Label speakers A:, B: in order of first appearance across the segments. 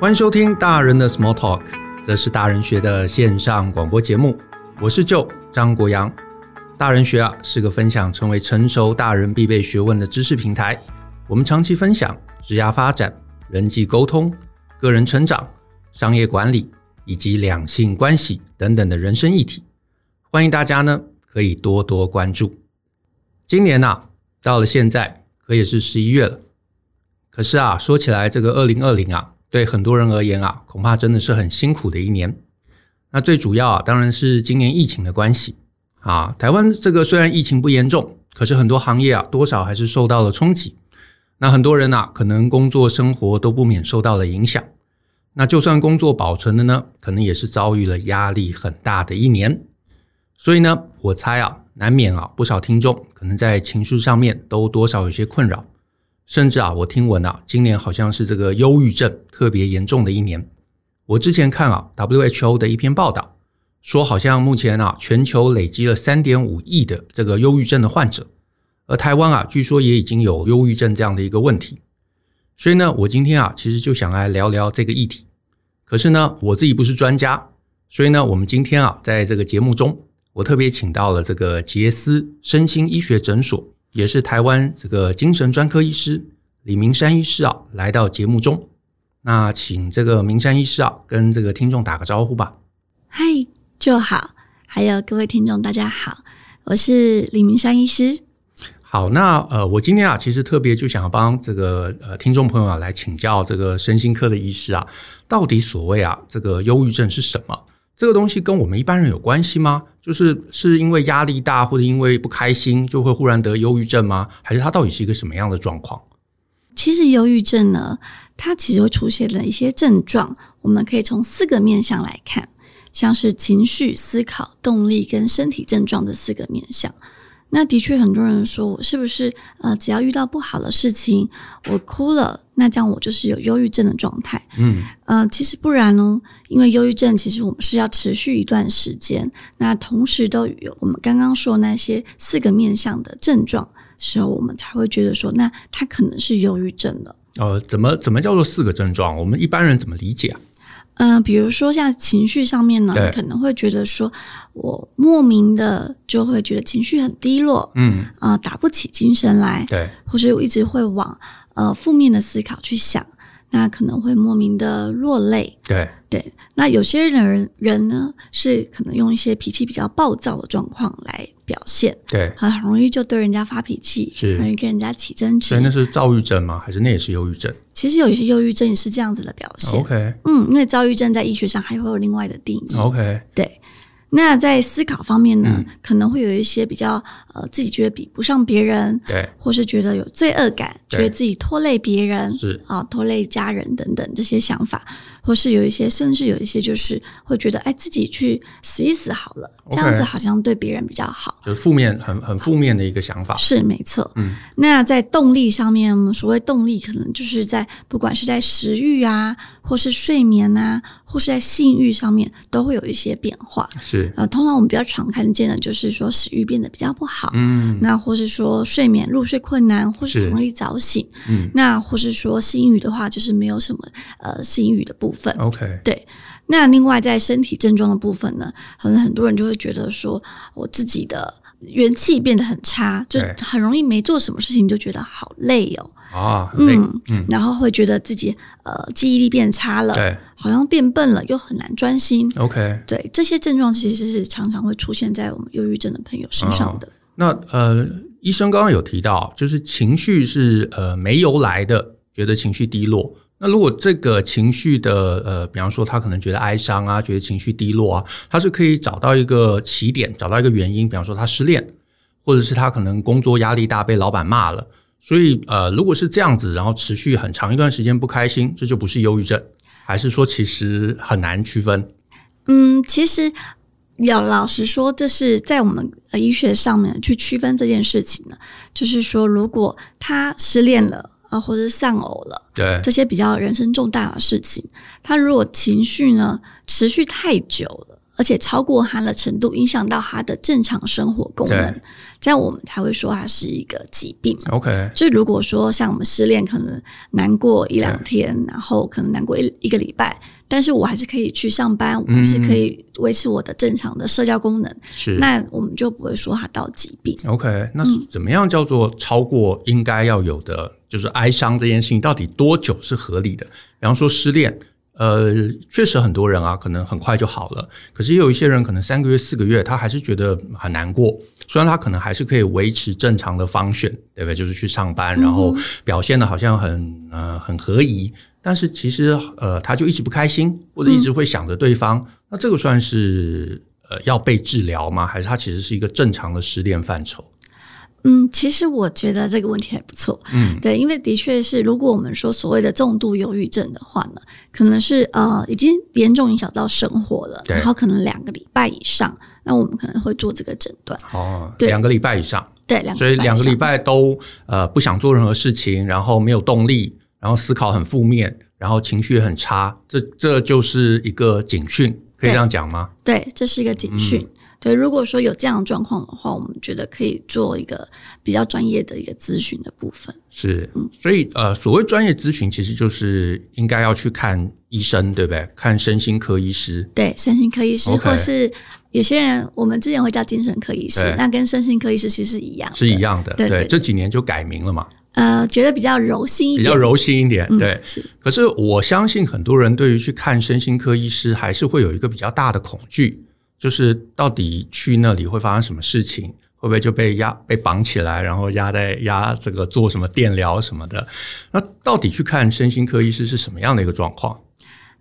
A: 欢迎收听《大人的 Small Talk》，这是大人学的线上广播节目。我是舅张国阳。大人学啊是个分享成为成熟大人必备学问的知识平台。我们长期分享职涯发展、人际沟通、个人成长、商业管理以及两性关系等等的人生议题。欢迎大家呢可以多多关注。今年呐、到了现在可也是十一月了。可是啊，说起来，这个二零二零啊，对很多人而言啊，恐怕真的是很辛苦的一年。那最主要啊，当然是今年疫情的关系啊。台湾这个虽然疫情不严重，可是很多行业啊，多少还是受到了冲击。那很多人啊，可能工作生活都不免受到了影响。那就算工作保存的呢，可能也是遭遇了压力很大的一年。所以呢，我猜啊，难免啊，不少听众可能在情绪上面都多少有些困扰。甚至啊，我听闻啊，今年好像是这个忧郁症特别严重的一年。我之前看啊，WHO 的一篇报道，说好像目前啊，全球累积了三点五亿的这个忧郁症的患者，而台湾啊，据说也已经有忧郁症这样的一个问题。所以呢，我今天啊，其实就想来聊聊这个议题。可是呢，我自己不是专家，所以呢，我们今天啊，在这个节目中，我特别请到了这个杰斯身心医学诊所，也是台湾这个精神专科医师李明山医师啊，来到节目中。那请这个明山医师啊，跟这个听众打个招呼吧。
B: 嗨，就好，还有各位听众，大家好，我是李明山医师。
A: 好，那呃，我今天啊，其实特别就想帮这个呃听众朋友啊来请教这个身心科的医师啊，到底所谓啊这个忧郁症是什么？这个东西跟我们一般人有关系吗？就是是因为压力大或者因为不开心就会忽然得忧郁症吗？还是它到底是一个什么样的状况？
B: 其实忧郁症呢，它其实会出现了一些症状，我们可以从四个面向来看，像是情绪、思考、动力跟身体症状的四个面向。那的确，很多人说我是不是呃，只要遇到不好的事情，我哭了，那这样我就是有忧郁症的状态。
A: 嗯，
B: 呃，其实不然哦，因为忧郁症其实我们是要持续一段时间，那同时都有我们刚刚说那些四个面向的症状时候，我们才会觉得说，那他可能是忧郁症了。
A: 呃，怎么怎么叫做四个症状？我们一般人怎么理解啊？
B: 嗯、比如说像情绪上面呢，
A: 对
B: 你可能会觉得说，我莫名的就会觉得情绪很低落，
A: 嗯，
B: 啊、打不起精神来，
A: 对，
B: 或是我一直会往呃负面的思考去想，那可能会莫名的落泪，
A: 对，
B: 对，那有些人人呢是可能用一些脾气比较暴躁的状况来表现，
A: 对，
B: 很很容易就对人家发脾气，
A: 是
B: 很容易跟人家起争
A: 所以那
B: 执。
A: 是躁郁症吗？还是那也是忧郁症
B: 其实有一些忧郁症也是这样子的表现。
A: ？OK
B: 嗯，因为躁郁症在医学上还会有另外的定义。
A: OK，
B: 对，那在思考方面呢，
A: 嗯
B: 可能会有一些比较呃自己觉得比不上别人，
A: 对，
B: 或是觉得有罪恶感，
A: 对
B: 觉得自己拖累别人，
A: 是
B: 啊，拖累家人等等这些想法，或是有一些，甚至有一些就是会觉得，哎，自己去死一死好了
A: OK
B: 这样子好像对别人比较好。
A: 就是负面，很很负面的一个想法。
B: 是没错，
A: 嗯，
B: 那在动力上面，我们所谓动力，可能就是在不管是在食欲啊，或是睡眠啊，或是在性欲上面，都会有一些变化。
A: 是，
B: 呃，通常我们比较常看见的就是说食欲变得比较不好，
A: 嗯，
B: 那或是说睡眠入睡困难，或
A: 是
B: 是容易早醒，
A: 嗯，
B: 那或是说性欲的话，就是没有什么呃性欲的部分。
A: OK，
B: 那另外在身体症状的部分呢，可能很多人就会觉得说，我自己的元气变得很差，就
A: 对
B: 很容易没做什么事情就觉得好累哦，
A: 啊，很累，嗯，
B: 然后会觉得自己呃记忆力变差了，
A: 对
B: 好像变笨了，又很难专心。
A: ，OK。
B: 对这些症状，其实是常常会出现在我们忧郁症的朋友身上的。
A: 那呃，医生刚刚有提到，就是情绪是呃没由来的，觉得情绪低落。那如果这个情绪的呃，比方说他可能觉得哀伤啊，觉得情绪低落啊，他是可以找到一个起点，找到一个原因，比方说他失恋，或者是他可能工作压力大，被老板骂了。所以呃，如果是这样子，然后持续很长一段时间不开心，这就不是忧郁症，还是说其实很难区分？
B: 嗯，其实要老实说，这是在我们呃医学上面去区分这件事情呢，就是说，如果他失恋了啊、呃或者是丧偶了。
A: 对
B: 这些比较人生重大的事情，他如果情绪呢持续太久了，而且超过它的程度，影响到它的正常生活功能
A: 对，
B: 这样我们才会说它是一个疾病。
A: OK，
B: 就如果说像我们失恋，可能难过一两天，然后可能难过一一个礼拜，但是我还是可以去上班，我还是可以维持我的正常的社交功能，
A: 嗯是
B: 那我们就不会说它到疾病。
A: OK，那是怎么样叫做超过应该要有的，就是哀伤这件事情到底多久是合理的？比方说失恋，呃，确实很多人啊，可能很快就好了，可是也有一些人可能三个月、四个月，他还是觉得很难过。虽然他可能还是可以维持正常的方选，对不对？就是去上班，然后表现的好像很呃很合宜，但是其实呃他就一直不开心，或者一直会想着对方，那这个算是呃要被治疗吗？还是他其实是一个正常的失恋范畴？
B: 嗯，其实我觉得这个问题还不错。嗯，对，因为的确是，如果我们说所谓的重度忧郁症的话呢，可能是呃已经严重影响到生活了，
A: 对
B: 然后可能两个礼拜以上，那我们可能会做这个诊断。
A: 哦，
B: 对
A: 两个礼拜以上，
B: 对，两个
A: 所以两个
B: 以
A: 礼
B: 上
A: 拜都呃不想做任何事情，然后没有动力，然后思考很负面，然后情绪也很差，这这就是一个警讯，可以
B: 对
A: 这样讲吗？
B: 对，这是一个
A: 嗯
B: 警讯。对，如果说有这样的状况的话，我们觉得可以做一个比较专业的一个咨询的部分。
A: 是，所以呃，所谓专业咨询，其实就是应该要去看医生，对不对？看身心科医师。
B: 对，身心科医师
A: OK
B: 或是有些人，我们之前会叫精神科医师
A: 对，
B: 那跟身心科医师其实是一样的，
A: 是一样的，
B: 对对对
A: 这几年就改名了嘛，
B: 呃，觉得比较柔性一
A: 比
B: 点，
A: 较柔性一点，对
B: 嗯，。是
A: 可是我相信很多人对于去看身心科医师，还是会有一个比较大的恐惧，就是到底去那里会发生什么事情，会不会就被压被绑起来，然后压在压这个做什么电疗什么的？那到底去看身心科医师是什么样的一个状况？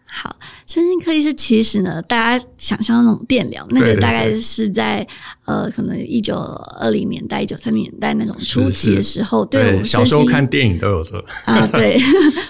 B: 好，身心科医师其实呢，大家想象那种电疗，那
A: 对
B: 个
A: 对
B: 大概是在呃，可能一九二零年代、一九三零年代那种初期
A: 是
B: 的时候，对我们
A: 小
B: 身
A: 时候
B: 心
A: 看电影都有的，
B: 啊、对，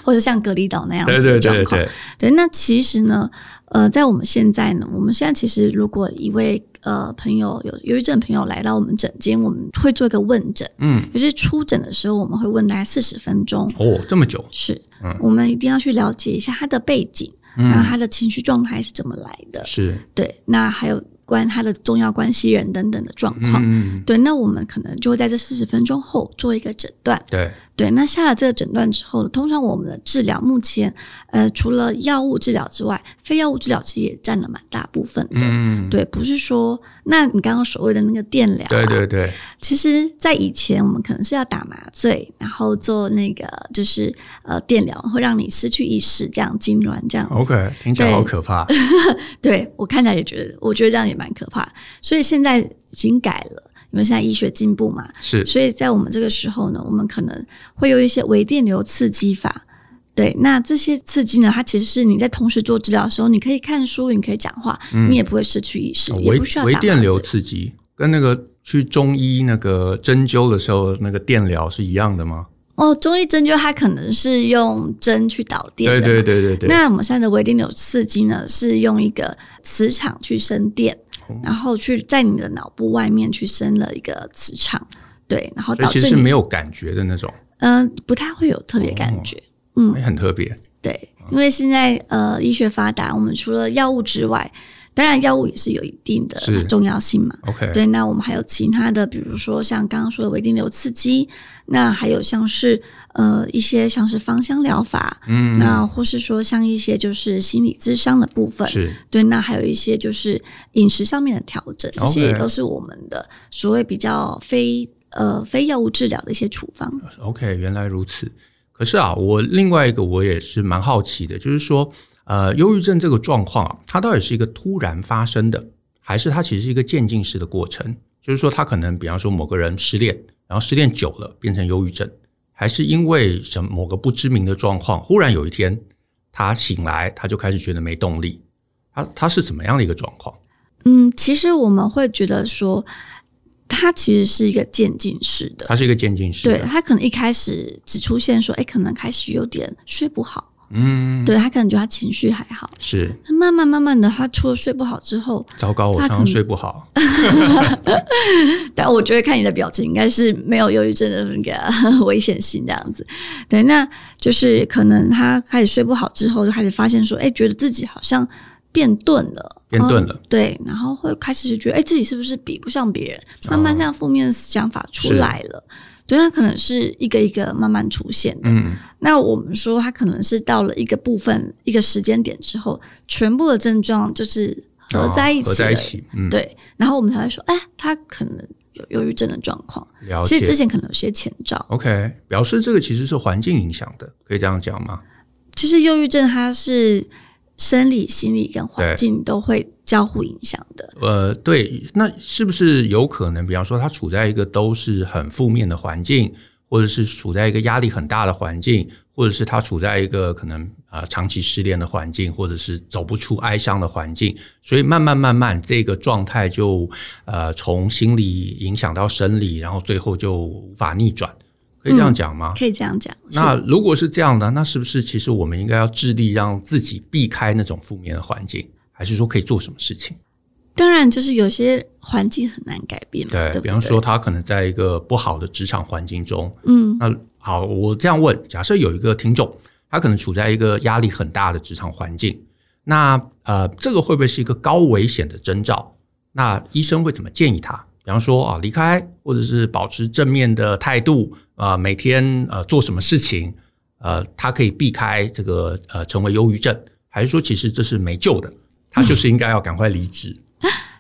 B: 或是像隔离岛那样
A: 对
B: 子
A: 对
B: 的状
A: 对
B: 况。
A: 对，
B: 对，那其实呢，呃，在我们现在呢，我们现在其实如果一位呃朋友有忧郁症朋友来到我们诊间，我们会做一个问诊，
A: 嗯，
B: 就是初诊的时候，我们会问大概四十分钟，
A: 哦，这么久，
B: 是、
A: 嗯
B: 我们一定要去了解一下他的背景，然后他的情绪状态是怎么来的，
A: 是，
B: 对，那还有关他的重要关系人等等的状况。
A: 嗯，
B: 对，那我们可能就会在这四十分钟后做一个诊断。
A: 对，
B: 对，那下了这个诊断之后，通常我们的治疗目前，呃，除了药物治疗之外，非药物治疗其实也占了蛮大部分的。
A: 嗯，
B: 对，不是说，那你刚刚所谓的那个电疗、啊，
A: 对对对，
B: 其实，在以前我们可能是要打麻醉，然后做那个就是呃电疗，会让你失去意识，这样痉挛这样子。
A: OK，听起来好可怕。
B: 对我看起来也觉得，我觉得这样也蛮可怕的。所以现在已经改了，因为现在医学进步嘛，
A: 是
B: 所以在我们这个时候呢，我们可能会有一些微电流刺激法。对，那这些刺激呢，它其实是你在同时做治疗的时候，你可以看书，你可以讲话，你也不会失去意识，也
A: 嗯哦微
B: 不需要
A: 微
B: 打麻
A: 电流
B: 醉。
A: 刺激，跟那个去中医那个针灸的时候那个电疗是一样的吗？
B: 哦，中医针灸它可能是用针去导电的
A: 对对
B: 嘛，
A: 对对对，
B: 那我们现在的微电流刺激呢，是用一个磁场去生电，
A: 哦
B: 然后去在你的脑部外面去生了一个磁场，对，然后
A: 所以
B: 导
A: 其
B: 致
A: 实
B: 你
A: 是没有感觉的那种，
B: 嗯、不太会有特别感觉，
A: 哎很特别。
B: 对，因为现在呃医学发达，我们除了药物之外，当然药物也是有一定的
A: 是
B: 重要性嘛。
A: OK，
B: 对，那我们还有其他的，比如说像刚刚说的微电流刺激，那还有像是呃一些像是芳香疗法，嗯，那或是说像一些就是心理咨商的部分，
A: 是
B: 对，那还有一些就是饮食上面的调整，这些也
A: OK
B: 都是我们的所谓比较非呃非药物治疗的一些处方。
A: OK，原来如此。可是啊，我另外一个我也是蛮好奇的，就是说，呃，忧郁症这个状况啊，它到底是一个突然发生的，还是它其实是一个渐进式的过程？就是说，他可能比方说某个人失恋，然后失恋久了变成忧郁症，还是因为什么某个不知名的状况，忽然有一天他醒来，他就开始觉得没动力，他他是怎么样的一个状况？
B: 嗯，其实我们会觉得说，它其实是一个渐进式的，
A: 它是一个渐进式
B: 对
A: 的，
B: 他可能一开始只出现说，哎，可能开始有点睡不好，
A: 嗯，
B: 对他可能觉得他情绪还好。
A: 是
B: 那慢慢慢慢的，他除了睡不好之后，
A: 糟糕，我
B: 他
A: 常常
B: 可能
A: 睡不好，
B: 但我觉得看你的表情，应该是没有忧郁症的那个 危险性这样子。对，那就是可能他开始睡不好之后，就开始发现说，哎，觉得自己好像变钝了，
A: 变钝了，
B: 对，然后会开始就觉得，哎、自己是不是比不上别人？
A: 哦
B: 慢慢这样负面的想法出来了。对，那可能是一个一个慢慢出现的。
A: 嗯，
B: 那我们说，它可能是到了一个部分、一个时间点之后，全部的症状就是 合在一起、
A: 合在一。起，嗯，
B: 对，然后我们才会说，哎，他可能有忧郁症的状况。
A: 了
B: 其
A: 解
B: 实。之前可能有些前兆。
A: OK，表示这个其实是环境影响的，可以这样讲吗？
B: 其实忧郁症它是生理、心理跟
A: 对
B: 环境都会交互影响的。
A: 呃，对，那是不是有可能，比方说他处在一个都是很负面的环境，或者是处在一个压力很大的环境，或者是他处在一个可能啊、呃长期失恋的环境，或者是走不出哀伤的环境，所以慢慢慢慢这个状态就呃从心理影响到生理，然后最后就无法逆转，可以这样讲吗？
B: 可以这样讲。是
A: 那如果是这样的，那是不是其实我们应该要致力让自己避开那种负面的环境，还是说可以做什么事情？
B: 当然，就是有些环境很难改变嘛，对
A: 对
B: 不，对，
A: 比方说，他可能在一个不好的职场环境中，
B: 嗯，
A: 那好，我这样问，假设有一个听众，他可能处在一个压力很大的职场环境，那呃，这个会不会是一个高危险的征兆？那医生会怎么建议他？比方说啊，离开，或者是保持正面的态度啊、每天呃做什么事情，呃，他可以避开这个呃成为忧郁症，还是说其实这是没救的，他就是应该要赶快离职？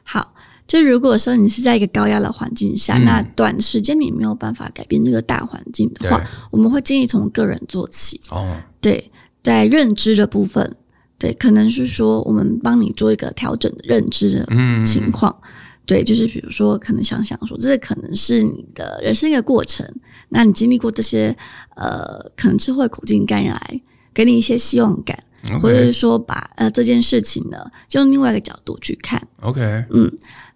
B: 好。就如果说你是在一个高压的环境下，
A: 嗯
B: 那短时间你没有办法改变这个大环境的话
A: 对，
B: 我们会建议从个人做起。
A: 哦，
B: 对，在认知的部分，对，可能是说我们帮你做一个调整的认知的
A: 嗯
B: 情况。对，就是比如说，可能想想说，这可能是你的人生一个过程。那你经历过这些，呃，可能是会苦尽甘来，给你一些希望感，或者是说把呃这件事情呢，用另外一个角度去看。
A: ，OK，OK，
B: 嗯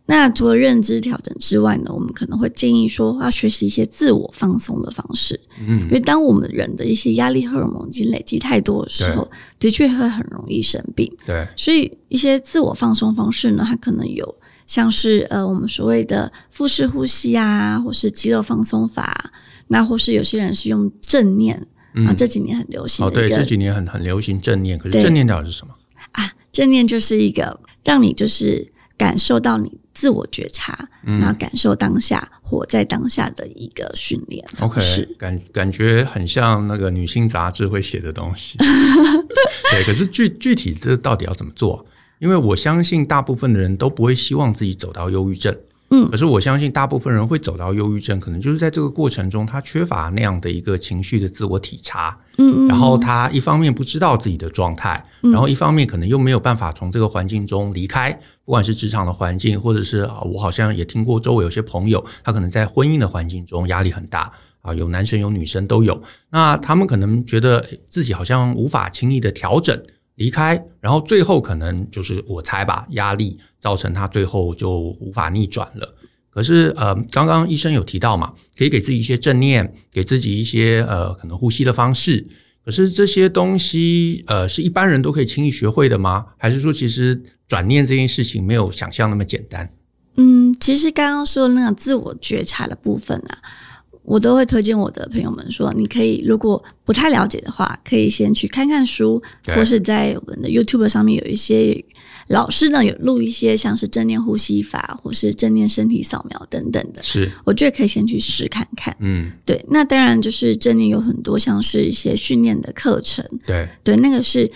B: 那除了认知调整之外呢，我们可能会建议说要学习一些自我放松的方式，
A: 嗯
B: 因为当我们人的一些压力荷尔蒙已经累积太多的时候，的确会很容易生病。
A: 对，
B: 所以一些自我放松方式呢，它可能有像是呃我们所谓的腹式呼吸啊，或是肌肉放松法啊，那或是有些人是用正念。啊，这几年很流行
A: 嗯哦，
B: 的
A: 对，
B: 一个、
A: 这几年很很流行正念，可是
B: 对
A: 正念到底是什么？
B: 啊，正念就是一个让你就是感受到你自我觉察，
A: 嗯
B: 然后感受当下、活在当下的一个训练方
A: OK，
B: 式。
A: 感感觉很像那个女性杂志会写的东西。 对，可是具具体这到底要怎么做啊、因为我相信大部分的人都不会希望自己走到忧郁症。
B: 嗯
A: 可是我相信大部分人会走到忧郁症，可能就是在这个过程中，他缺乏那样的一个情绪的自我体察。
B: 嗯嗯，
A: 然后他一方面不知道自己的状态，
B: 嗯
A: 然后一方面可能又没有办法从这个环境中离开，不管是职场的环境，或者是啊，我好像也听过周围有些朋友，他可能在婚姻的环境中压力很大啊，有男生有女生都有，那他们可能觉得诶自己好像无法轻易的调整。离开，然后最后可能就是我猜吧，压力造成他最后就无法逆转了。可是呃，刚刚医生有提到嘛，可以给自己一些正念，给自己一些呃可能呼吸的方式。可是这些东西呃是一般人都可以轻易学会的吗？还是说其实转念这件事情没有想象那么简单？
B: 嗯，其实刚刚说的那个自我觉察的部分啊，我都会推荐我的朋友们说，你可以如果不太了解的话，可以先去看看书，
A: 对
B: 或是在我们的 YouTube 上面有一些老师呢有录一些像是正念呼吸法，或是正念身体扫描等等的，
A: 是，
B: 我觉得可以先去试看看。
A: 嗯，
B: 对，那当然就是正念有很多像是一些训练的课程，
A: 对，
B: 对，那个是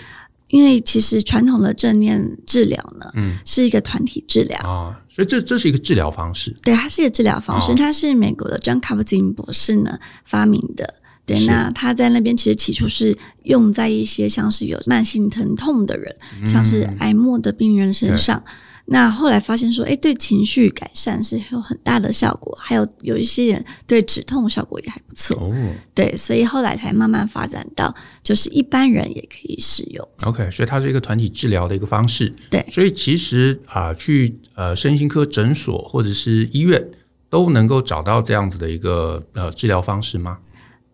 B: 因为其实传统的正念治疗呢，
A: 嗯
B: 是一个团体治疗
A: 啊、。所以这这是一个治疗方式。
B: 对，它是一个治疗方式，
A: 哦
B: 它是美国的 John Kabat-Zinn 博士呢发明的。对，
A: 是
B: 那他在那边其实起初是用在一些像是有慢性疼痛的人，像是
A: 嗯
B: 癌末的病人身上。那后来发现说，哎，对情绪改善是有很大的效果，还有有一些人对止痛效果也还不错。
A: 哦
B: 对，所以后来才慢慢发展到，就是一般人也可以使用。
A: ，OK，所以它是一个团体治疗的一个方式。
B: 对
A: 所以其实啊、去呃身心科诊所或者是医院都能够找到这样子的一个呃治疗方式吗？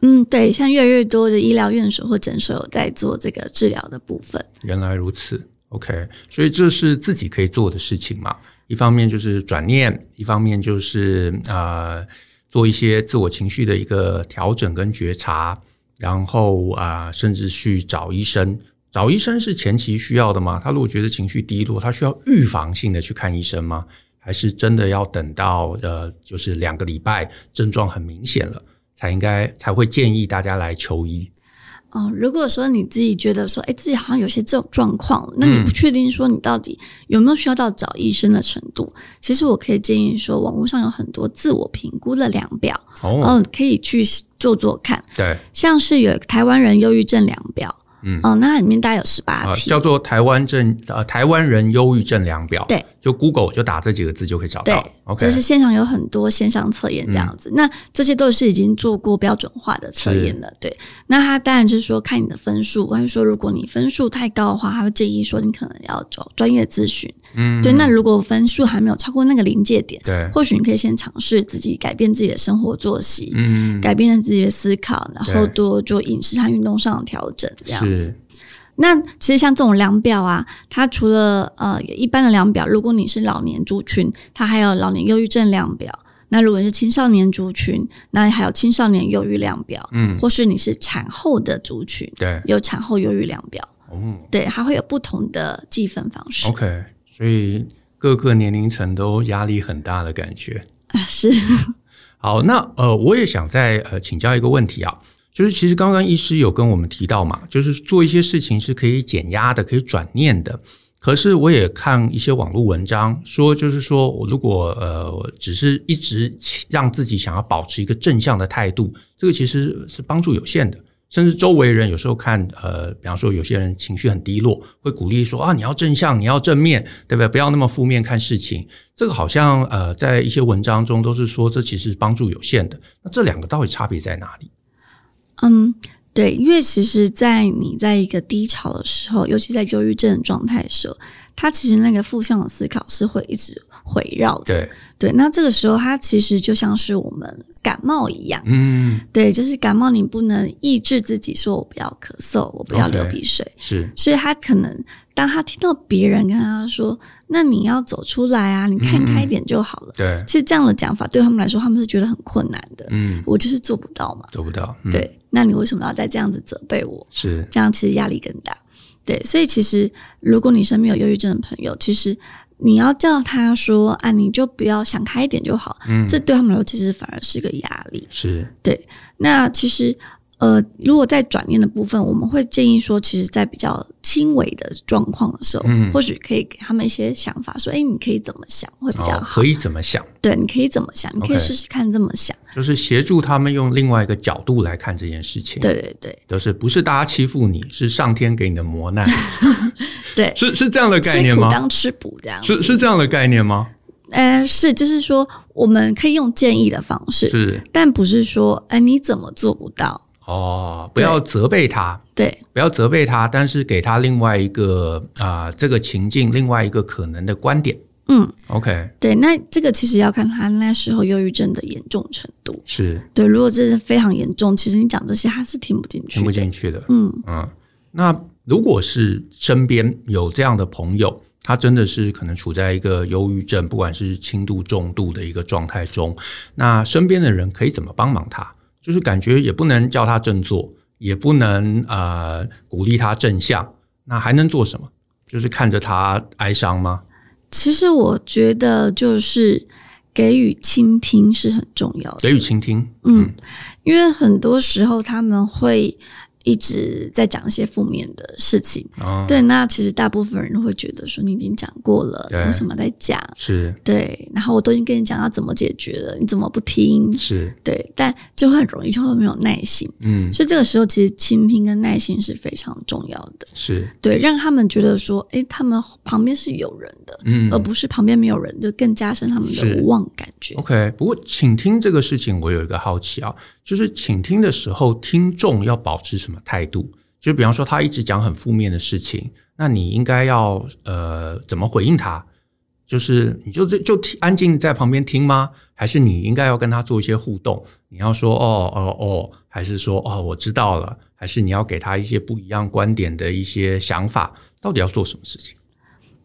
B: 嗯，对，像越来越多的医疗院所或诊所有在做这个治疗的部分。
A: 原来如此，OK，所以这是自己可以做的事情嘛？一方面就是转念，一方面就是呃做一些自我情绪的一个调整跟觉察，然后啊、呃甚至去找医生找医生是前期需要的吗？他如果觉得情绪低落，他需要预防性的去看医生吗？还是真的要等到呃，就是两个礼拜症状很明显了，才应该才会建议大家来求医？
B: 哦，如果说你自己觉得说，哎，自己好像有些这种状况，那你不确定说你到底有没有需要到找医生的程度，其实我可以建议说，网络上有很多自我评估的量表，
A: 哦，
B: 嗯、可以去做做看，
A: 对，
B: 像是有台湾人忧郁症量表，
A: 嗯
B: 嗯，哦，那里面大概有十八
A: 呃，
B: 题，
A: 叫做台湾症呃台湾人忧郁症量表，
B: 对，
A: 就 Google 就打这几个字就可以找
B: 对
A: 到。OK，嗯
B: 就是线上有很多线上测验这样子，那这些都是已经做过标准化的测验了。对，那他当然是说看你的分数，还是说如果你分数太高的话，他会建议说你可能要找专业咨询。
A: 嗯，
B: 对，那如果分数还没有超过那个临界点，
A: 对，
B: 或许你可以先尝试自己改变自己的生活作息，
A: 嗯，
B: 改变自己的思考，然后
A: 对
B: 多做饮食和运动上的调整，这样子。
A: 是，
B: 那其实像这种量表啊，它除了呃一般的量表，如果你是老年族群，它还有老年忧郁症量表。那如果你是青少年族群，那还有青少年忧郁量表，
A: 嗯，
B: 或是你是产后的族群，
A: 对，
B: 有产后忧郁量表，
A: 哦
B: 对，它会有不同的计分方式。
A: ，OK，所以各个年龄层都压力很大的感觉。
B: 啊 是，
A: 好，那呃，我也想再呃请教一个问题啊，就是其实刚刚医师有跟我们提到嘛，就是做一些事情是可以减压的，可以转念的。可是我也看一些网络文章说，就是说我如果呃只是一直让自己想要保持一个正向的态度，这个其实是帮助有限的。甚至周围人有时候看，呃，比方说有些人情绪很低落，会鼓励说啊，你要正向，你要正面，对不对？不要那么负面看事情。这个好像呃，在一些文章中都是说，这其实帮助有限的。那这两个到底差别在哪里？
B: 嗯，对，因为其实，在你在一个低潮的时候，尤其在忧郁症的状态的时候，它其实那个负向的思考是会一直围绕的。
A: 对，
B: 对，那这个时候它其实就像是我们感冒一样，
A: 嗯，
B: 对，就是感冒你不能抑制自己说我不要咳嗽，我不要
A: OK
B: 流鼻水
A: 是，
B: 所以他可能当他听到别人跟他说“那你要走出来啊，你看
A: 嗯
B: 开一点就好了”，
A: 对，
B: 其实这样的讲法对他们来说，他们是觉得很困难的。
A: 嗯，
B: 我就是做不到嘛，
A: 做不到，嗯、，
B: 对，那你为什么要再这样子责备我？
A: 是，
B: 这样其实压力更大。对，所以其实如果你身边有忧郁症的朋友，其实你要叫他说啊，你就不要想开一点就好，
A: 嗯，
B: 这对他们来说其实反而是个压力。
A: 是，
B: 那其实呃，如果在转念的部分，我们会建议说，其实在比较轻微的状况的时候，
A: 嗯
B: 或许可以给他们一些想法，说，哎，你可以怎么想会比较
A: 哦，
B: 好？
A: 可以怎么想？
B: 对，你可以怎么想？你可以
A: OK
B: 试试看这么想。
A: 就是协助他们用另外一个角度来看这件事情。
B: 对对对
A: 就是不是大家欺负你，是上天给你的磨 难，
B: 对，
A: 是是这样的概
B: 吃
A: 念
B: 苦
A: 吗？
B: 当吃补这样子。
A: 是是这样的概念吗？
B: 呃，是，就是说，我们可以用建议的方式，
A: 是
B: 但不是说，哎、你怎么做不到？
A: 哦，不要责备他，
B: 对
A: 不要责备他，但是给他另外一个啊、这个情境另外一个可能的观点。
B: 嗯
A: ，OK，
B: 对，那这个其实要看他那时候忧郁症的严重程度。
A: 是
B: 对，如果真的非常严重，其实你讲这些他是听不进去
A: 听不
B: 的。
A: 进去的。
B: 嗯，
A: 嗯，那如果是身边有这样的朋友，他真的是可能处在一个忧郁症，不管是轻度、重度的一个状态中，那身边的人可以怎么帮忙他？就是感觉也不能叫他振作，也不能呃鼓励他正向，那还能做什么？就是看着他哀伤吗？
B: 其实我觉得就是给予倾听是很重要的，
A: 给予倾听，
B: 嗯，因为很多时候他们会一直在讲一些负面的事情。
A: 啊、
B: 对，那其实大部分人都会觉得说你已经讲过了，你
A: 对
B: 为什么在讲？
A: 是
B: 对，然后我都已经跟你讲要怎么解决了，你怎么不听？
A: 是，
B: 对，但就很容易就会没有耐心，
A: 嗯，
B: 所以这个时候其实倾听跟耐心是非常重要的。
A: 是，
B: 对，让他们觉得说，诶，他们旁边是有人的，
A: 嗯
B: 而不是旁边没有人，就更加深他们
A: 是哦
B: 的无望感觉。
A: OK，不过倾听这个事情，我有一个好奇啊，就是倾听的时候，听众要保持什么态度？就比方说，他一直讲很负面的事情，那你应该要呃怎么回应他？就是你就这就听安静在旁边听吗？还是你应该要跟他做一些互动？你要说哦哦哦，还是说哦我知道了？还是你要给他一些不一样观点的一些想法？到底要做什么事情？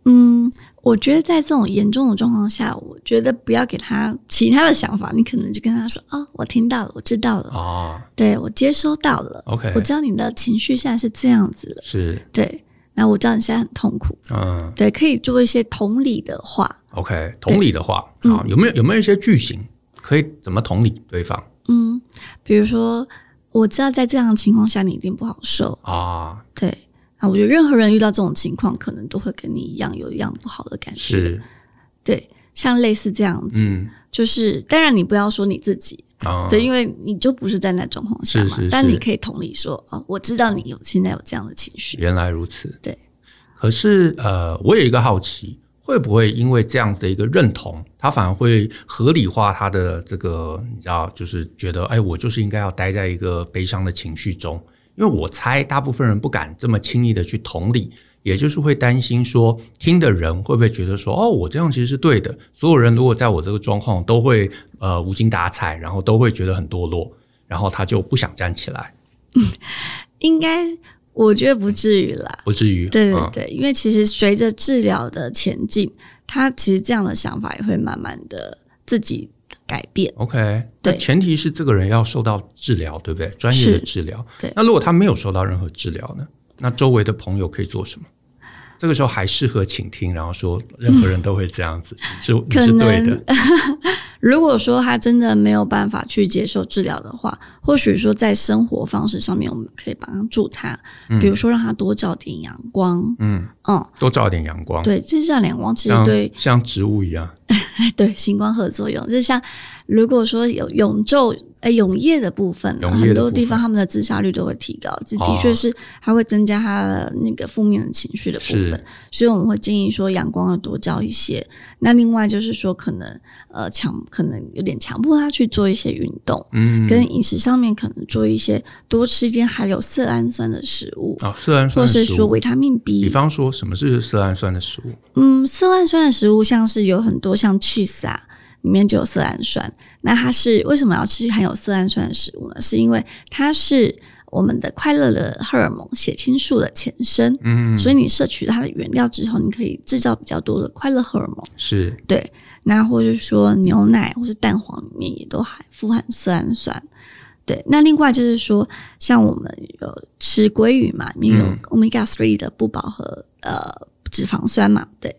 B: 嗯，我觉得在这种严重的状况下，我觉得不要给他其他的想法，你可能就跟他说：“哦，我听到了，我知道了，
A: 哦，
B: 对我接收到了
A: OK
B: 我知道你的情绪现在是这样子了，
A: 是，
B: 对，那我知道你现在很痛苦，
A: 嗯
B: 对，可以做一些同理的话，
A: ，OK，同理的话，啊，有没有有没有一些句型可以怎么同理对方
B: 嗯，比如说我知道在这样的情况下你一定不好受，
A: 啊？
B: 对。”啊，我觉得任何人遇到这种情况，可能都会跟你一样有一样不好的感觉。
A: 是，
B: 对，像类似这样子，
A: 嗯，
B: 就是当然你不要说你自己，
A: 啊，
B: 对，因为你就不是在那状况下嘛，
A: 是是
B: 但
A: 是
B: 你可以同理说，哦，我知道你有现在有这样的情绪，
A: 原来如此。
B: 对，
A: 可是呃，我有一个好奇，会不会因为这样的一个认同，他反而会合理化他的这个，你知道，就是觉得，哎，我就是应该要待在一个悲伤的情绪中，因为我猜大部分人不敢这么轻易的去同理。也就是会担心说，听的人会不会觉得说，哦，我这样其实是对的。所有人如果在我这个状况，都会呃无精打采，然后都会觉得很堕落，然后他就不想站起来，
B: 应该我觉得不至于啦。
A: 不至于
B: 对对
A: 嗯
B: 对，因为其实随着治疗的前进，他其实这样的想法也会慢慢的自己改变。
A: OK，
B: 对
A: 那前提是这个人要受到治疗，对不对？专业的
B: 是
A: 治疗。
B: 对
A: 那如果他没有受到任何治疗呢？那周围的朋友可以做什么？这个时候还适合倾听，然后说任何人都会这样子，是你
B: 可
A: 是对
B: 能
A: 的，
B: 如果说他真的没有办法去接受治疗的话，或许说在生活方式上面，我们可以帮助他，比如说让他多照点阳光，
A: 嗯
B: 嗯，
A: 多照一点阳光，
B: 对，这照阳光其实
A: 像
B: 对
A: 像植物一样，
B: 对，星光合作用，就像如果说有永昼呃永夜的部分啊，
A: 永夜的
B: 很多地
A: 部分
B: 方他们的自杀率都会提高，这
A: 哦
B: 的确是它会增加他的那个负面的情绪的部
A: 是
B: 分，所以我们会建议说阳光要多照一些。那另外就是说，可能呃强可能有点强迫他去做一些运动，
A: 嗯，
B: 跟饮食上面可能做一些多吃一些含有色氨酸的食物，
A: 啊色氨
B: 或
A: 酸
B: 是
A: 的食
B: 说
A: 物。
B: 维他命 B。
A: 比方说，什么是色氨酸的食物？
B: 嗯，色氨酸的食物像是有很多像 cheese 啊，里面就有色氨酸。那它是为什么要吃含有色氨酸的食物呢？是因为它是我们的快乐的荷尔蒙血清素的前身，
A: 嗯，
B: 所以你摄取它的原料之后，你可以制造比较多的快乐荷尔蒙。
A: 是
B: 对，那或者说牛奶或是蛋黄里面也都含富含色氨酸。对，那另外就是说，像我们有吃鲑鱼嘛，里面有 omega three 的不饱和呃脂肪酸嘛，对，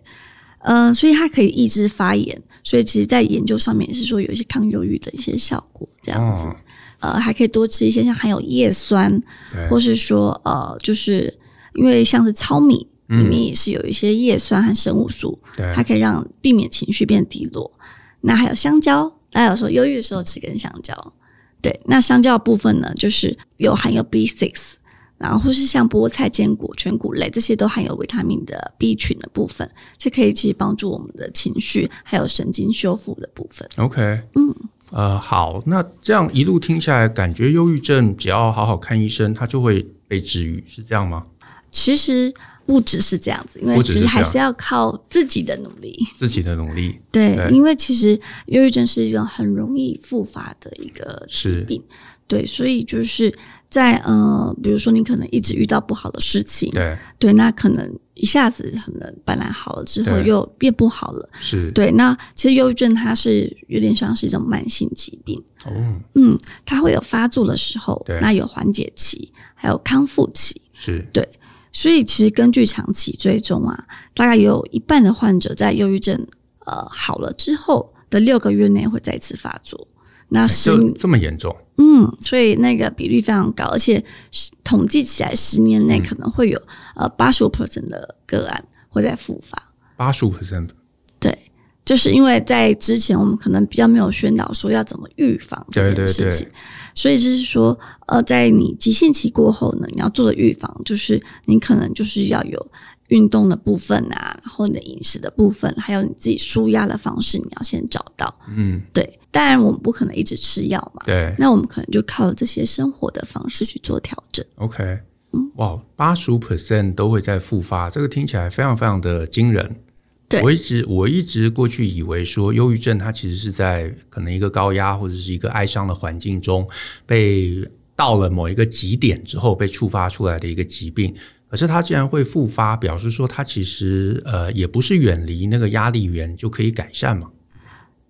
B: 嗯、所以它可以抑制发炎，所以其实在研究上面也是说有一些抗忧郁的一些效果，这样子，
A: 哦
B: 呃，还可以多吃一些像含有叶酸，
A: 对
B: 或是说呃，就是因为像是糙米里面也是有一些叶酸和生物素，它
A: 嗯对
B: 可以让避免情绪变低落。那还有香蕉，大家有说忧郁的时候吃根香蕉，对。那香蕉的部分呢，就是有含有 B six，然后或是像菠菜、坚果、全谷类这些都含有维他命的 B 群的部分，是可以其实帮助我们的情绪还有神经修复的部分。
A: ，OK，
B: 嗯，
A: 呃，好，那这样一路听下来，感觉忧郁症只要好好看医生，它就会被治愈，是这样吗？
B: 其实不只是这样子，因
A: 不
B: 为
A: 只是
B: 其实还
A: 这
B: 是要靠自己的努力。
A: 自己的努力
B: 对，
A: 对
B: 因为其实忧郁症是一种很容易复发的一个疾
A: 是
B: 病，对，所以就是在呃，比如说你可能一直遇到不好的事情，
A: 对
B: 对，那可能一下子可能本来好了之后
A: 对
B: 又变不好了，
A: 是
B: 对，那其实忧郁症它是有点像是一种慢性疾病，
A: 哦
B: 嗯，它会有发作的时候
A: 对，
B: 那有缓解期，还有康复期，
A: 是
B: 所以其实根据长期追踪啊，大概有一半的患者在忧郁症呃好了之后的六个月内会再次发作。那十
A: 这这么严重
B: 嗯，所以那个比率非常高，而且是统计起来十年
A: 嗯
B: 内可能会有、呃八十五 percent 的个案会再复发。
A: 八十五 percent
B: 对，就是因为在之前我们可能比较没有宣导说要怎么预防这
A: 对
B: 件
A: 对
B: 事
A: 对
B: 情，所以就是说，呃，在你急性期过后呢，你要做的预防就是你可能就是要有运动的部分啊，然后你的饮食的部分，还有你自己舒压的方式，你要先找到。
A: 嗯
B: 对，当然我们不可能一直吃药嘛，
A: 对
B: 那我们可能就靠这些生活的方式去做调整。
A: OK 哇八十五 percent 都会在复发，这个听起来非常非常的惊人。
B: 对
A: 我一直我一直过去以为说忧郁症它其实是在可能一个高压或者是一个哀伤的环境中被到了某一个极点之后被触发出来的一个疾病。可是它既然会复发，表示说它其实呃也不是远离那个压力源就可以改善嘛。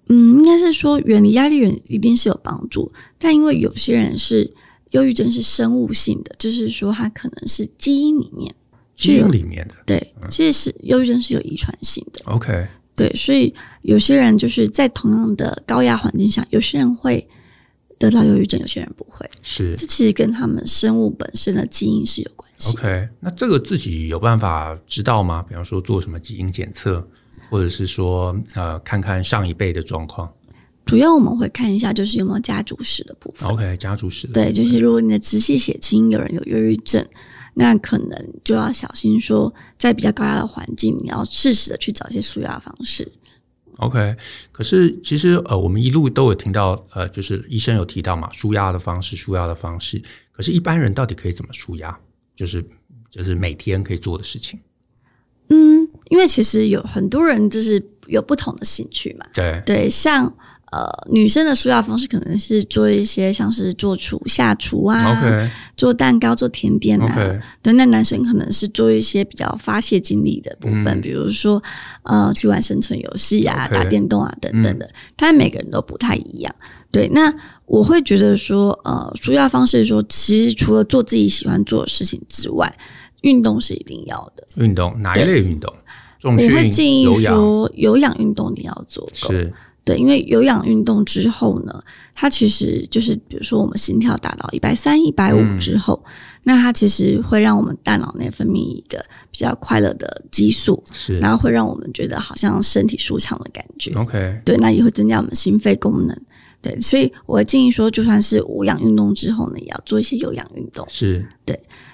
B: 嗯，应该是说远离压力源一定是有帮助，但因为有些人是忧郁症是生物性的，就是说它可能是基因里面，
A: 基因里面的
B: 对，其实是忧郁症是有遗传性的，
A: ，OK，
B: 对，所以有些人就是在同样的高压环境下，有些人会得到忧郁症，有些人不会，
A: 是
B: 这其实跟他们生物本身的基因是有关系。
A: OK。那这个自己有办法知道吗？比方说做什么基因检测，或者是说呃看看上一辈的状况
B: 主要我们会看一下就是有没有家族史的部分，
A: ，OK，家族史的
B: 对，就是如果你的直系血亲有人有忧郁症，那可能就要小心说，在比较高压的环境，你要适时的去找一些舒压方式。
A: OK，可是其实呃，我们一路都有听到呃，就是医生有提到嘛，舒压的方式，舒压的方式。可是，一般人到底可以怎么舒压？就是就是每天可以做的事情。
B: 嗯，因为其实有很多人就是有不同的兴趣嘛，
A: 对
B: 对，像呃女生的舒压方式可能是做一些像是做厨下厨啊
A: ，OK
B: 做蛋糕、做甜点啊
A: OK
B: 对，那男生可能是做一些比较发泄精力的部分，
A: 嗯
B: 比如说呃去玩生存游戏啊、
A: OK 嗯
B: 打电动啊等等的。但每个人都不太一样。对，那我会觉得说，呃，舒压方式说，其实除了做自己喜欢做的事情之外，运动是一定要的。
A: 运动哪一类运动？重
B: 我
A: 训
B: 会建、议
A: 有氧
B: 说，有氧运动你要做够。
A: 是
B: 对，因为有氧运动之后呢，它其实就是比如说我们心跳达到一百三、一百五
A: 嗯
B: 之后，那它其实会让我们大脑内分泌一个比较快乐的激素，
A: 是
B: 然后会让我们觉得好像身体舒畅的感觉。
A: OK
B: 对，那也会增加我们心肺功能。对，所以我建议说，就算是无氧运动之后呢，也要做一些有氧运动。
A: 是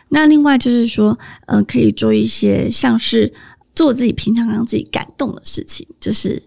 B: 那另外就是说，呃，可以做一些像是做自己平常让自己感动的事情，就是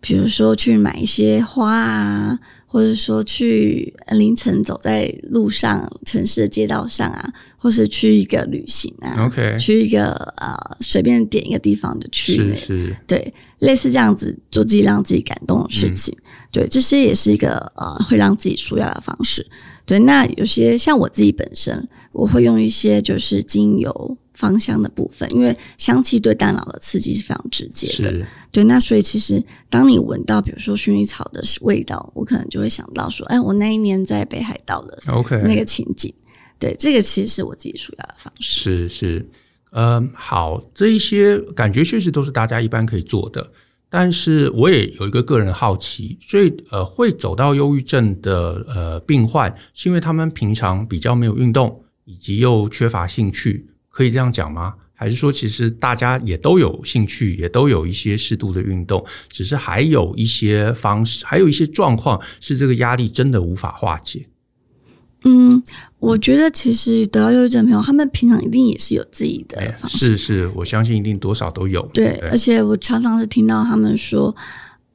B: 比如说去买一些花啊，或者说去呃凌晨走在路上、城市的街道上啊，或是去一个旅行啊，
A: OK
B: 去一个呃随便点一个地方就去那
A: 是
B: 个
A: 是
B: 对，类似这样子做自己让自己感动的事情，对，这些也是一个呃会让自己舒压的方式。对，那有些像我自己本身，我会用一些就是精油芳香的部分，因为香气对大脑的刺激是非常直接的。
A: 是
B: 对，那所以其实当你闻到比如说薰衣草的味道，我可能就会想到说，哎，我那一年在北海道的
A: OK
B: 那个情景。对，这个其实是我自己舒压的方式。
A: 是是，嗯，好，这一些感觉确实都是大家一般可以做的，但是我也有一个个人好奇，所以呃，会走到忧郁症的呃病患，是因为他们平常比较没有运动，以及又缺乏兴趣，可以这样讲吗？还是说，其实大家也都有兴趣，也都有一些适度的运动，只是还有一些方式，还有一些状况是这个压力真的无法化解。
B: 嗯，我觉得其实得到忧郁症的朋友，他们平常一定也是有自己的
A: 哎
B: 方
A: 是
B: 式，
A: 是，我相信一定多少都有。
B: 对。而且我常常是听到他们说，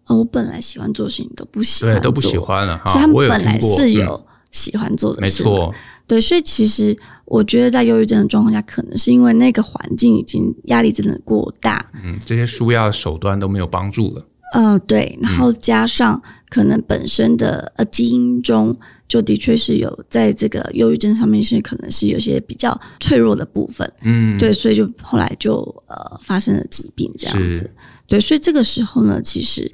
B: 呃，我本来喜欢做的事情都不喜欢
A: 对，
B: 做，
A: 都不喜，欢了
B: 所以
A: 哈
B: 他。
A: 我
B: 们
A: 有
B: 本来
A: 听过，
B: 是
A: 嗯
B: 有喜欢做的
A: 没
B: 事嘛，
A: 错，
B: 对。所以其实我觉得在忧郁症的状况下，可能是因为那个环境已经压力真的过大，
A: 嗯，这些舒压的手段都没有帮助了。
B: 嗯、对，然后加上
A: 嗯
B: 可能本身的呃基因中就的确是有在这个忧郁症上面是可能是有些比较脆弱的部分，
A: 嗯，
B: 对，所以就后来就呃发生了疾病这样子
A: 是。
B: 对，所以这个时候呢，其实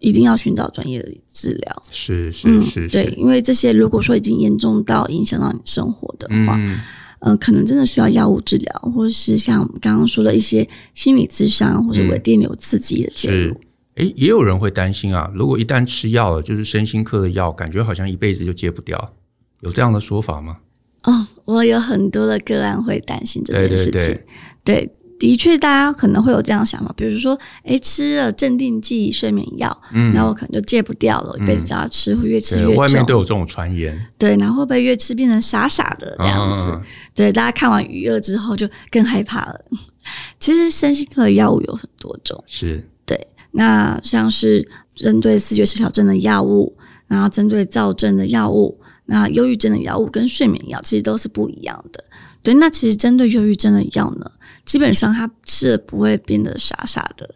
B: 一定要寻找专业的治疗。嗯
A: 是是是
B: 对，
A: 是，
B: 因为这些如果说已经严重到影响到你生活的话，嗯、
A: 嗯，
B: 可能真的需要药物治疗，或是像我们刚刚说的一些心理咨商或者
A: 嗯
B: 微电流刺激的介入。
A: 是。诶，也有人会担心啊，如果一旦吃药了，就是身心科的药，感觉好像一辈子就戒不掉，有这样的说法吗？
B: 哦，我有很多的个案会担心这
A: 对
B: 件事
A: 对
B: 情。
A: 对，
B: 对，的确，大家可能会有这样的想法，比如说，哎，吃了镇定剂、睡眠药，
A: 嗯
B: 那我可能就戒不掉了，我一辈子就要吃，会越吃
A: 对，
B: 越
A: 外面
B: 重，
A: 都有这种传言，
B: 对，然后会不会越吃变成傻傻的这样子？
A: 啊
B: 对，大家看完娱乐之后就更害怕了。 其实身心科的药物有很多种，
A: 是
B: 对，那像是针对视觉失调症的药物，然后针对躁症的药物，那忧郁症的药物跟睡眠药其实都是不一样的。对，那其实针对忧郁症的药呢，基本上它吃了不会变得傻傻的，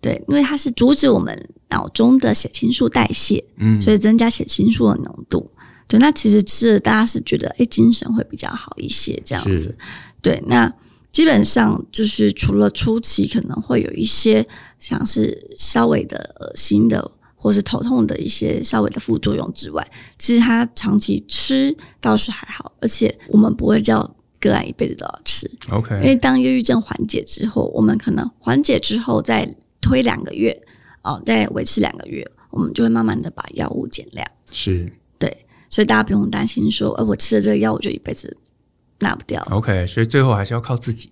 B: 对，因为它是阻止我们脑中的血清素代谢，
A: 嗯
B: 所以增加血清素的浓度。对，那其实吃了大家是觉得，哎，精神会比较好一些这样子
A: 是。
B: 对，那基本上就是除了初期可能会有一些像是稍微的恶心的或是头痛的一些稍微的副作用之外，其实它长期吃倒是还好，而且我们不会叫个案一辈子都要吃，因
A: OK，
B: 为当忧郁症缓解之后，我们可能缓解之后再推两个月，哦，再维持两个月，我们就会慢慢的把药物减量。
A: 是
B: 对，所以大家不用担心说，呃，我吃了这个药，我就一辈子拿不掉。
A: OK，所以最后还是要靠自己。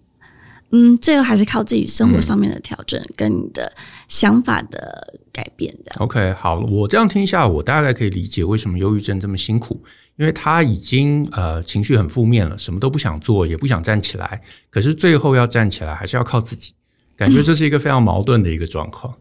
B: 嗯，最后还是靠自己生
A: 嗯
B: 活上面的调整、跟你的想法的改变的。
A: OK，好，我这样听一下，我大概可以理解为什么忧郁症这么辛苦，因为他已经呃情绪很负面了，什么都不想做，也不想站起来，可是最后要站起来还是要靠自己，感觉这是一个非常矛盾的一个状况。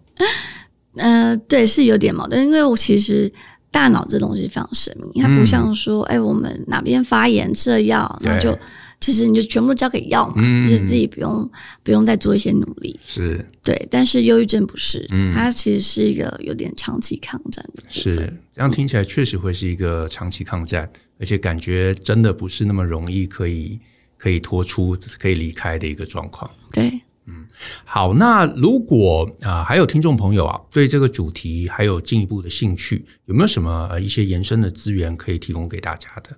B: 呃，对，是有点矛盾，因为我其实大脑这东西非常神秘，它不像说，哎、我们哪边发炎吃了药，
A: 嗯对
B: 那就其实你就全部交给药嘛，
A: 嗯
B: 就是自己不用不用再做一些努 力。
A: 是
B: 对，但是忧郁症不是，
A: 嗯
B: 它其实是一个有点长期抗战的部分。
A: 是，这样听起来确实会是一个长期抗战，而且感觉真的不是那么容易可以可以脱出、可以离开的一个状况。
B: 对，
A: 好，那如果啊、呃还有听众朋友啊，对这个主题还有进一步的兴趣，有没有什么、呃、一些延伸的资源可以提供给大家的？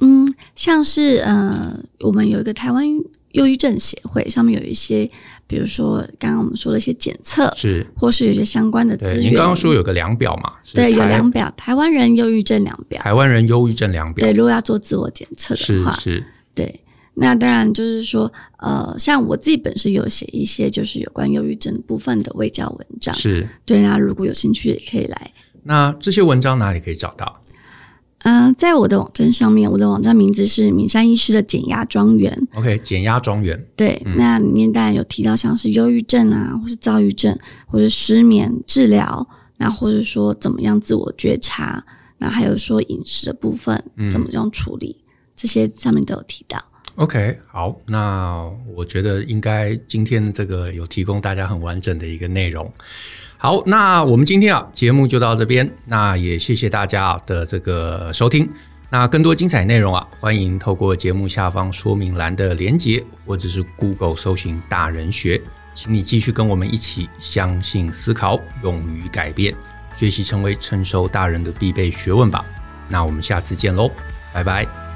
B: 嗯，像是呃，我们有一个台湾忧郁症协会，上面有一些，比如说刚刚我们说的一些检测，
A: 是
B: 或是有一些相关的资
A: 对，
B: 源。
A: 您刚刚说有个量表嘛？是
B: 对有
A: 台
B: 量表，台湾人忧郁症量表。
A: 台湾人忧郁症量表
B: 对，，如果要做自我检测的
A: 是
B: 话，
A: 是
B: 对，那当然就是说，呃，像我自己本身有写一些就是有关忧郁症部分的卫教文章，
A: 是。
B: 对，那如果有兴趣也可以来。
A: 那这些文章哪里可以找到？
B: 嗯、在我的网站上面，我的网站名字是敏山医师的减压庄园。
A: OK，减压庄园
B: 对，那里面当然有提到像是忧郁症啊，或是躁郁症，或是失眠治疗，那或者说怎么样自我觉察，那还有说饮食的部分怎么样处理，这些上面都有提到。
A: OK，好，那我觉得应该今天这个有提供大家很完整的一个内容。好，那我们今天啊节目就到这边，那也谢谢大家啊的这个收听。那更多精彩内容啊，欢迎透过节目下方说明栏的连结，或者是 Google 搜寻“大人学”，请你继续跟我们一起相信、思考、勇于改变，学习成为成熟大人的必备学问吧。那我们下次见喽，拜拜。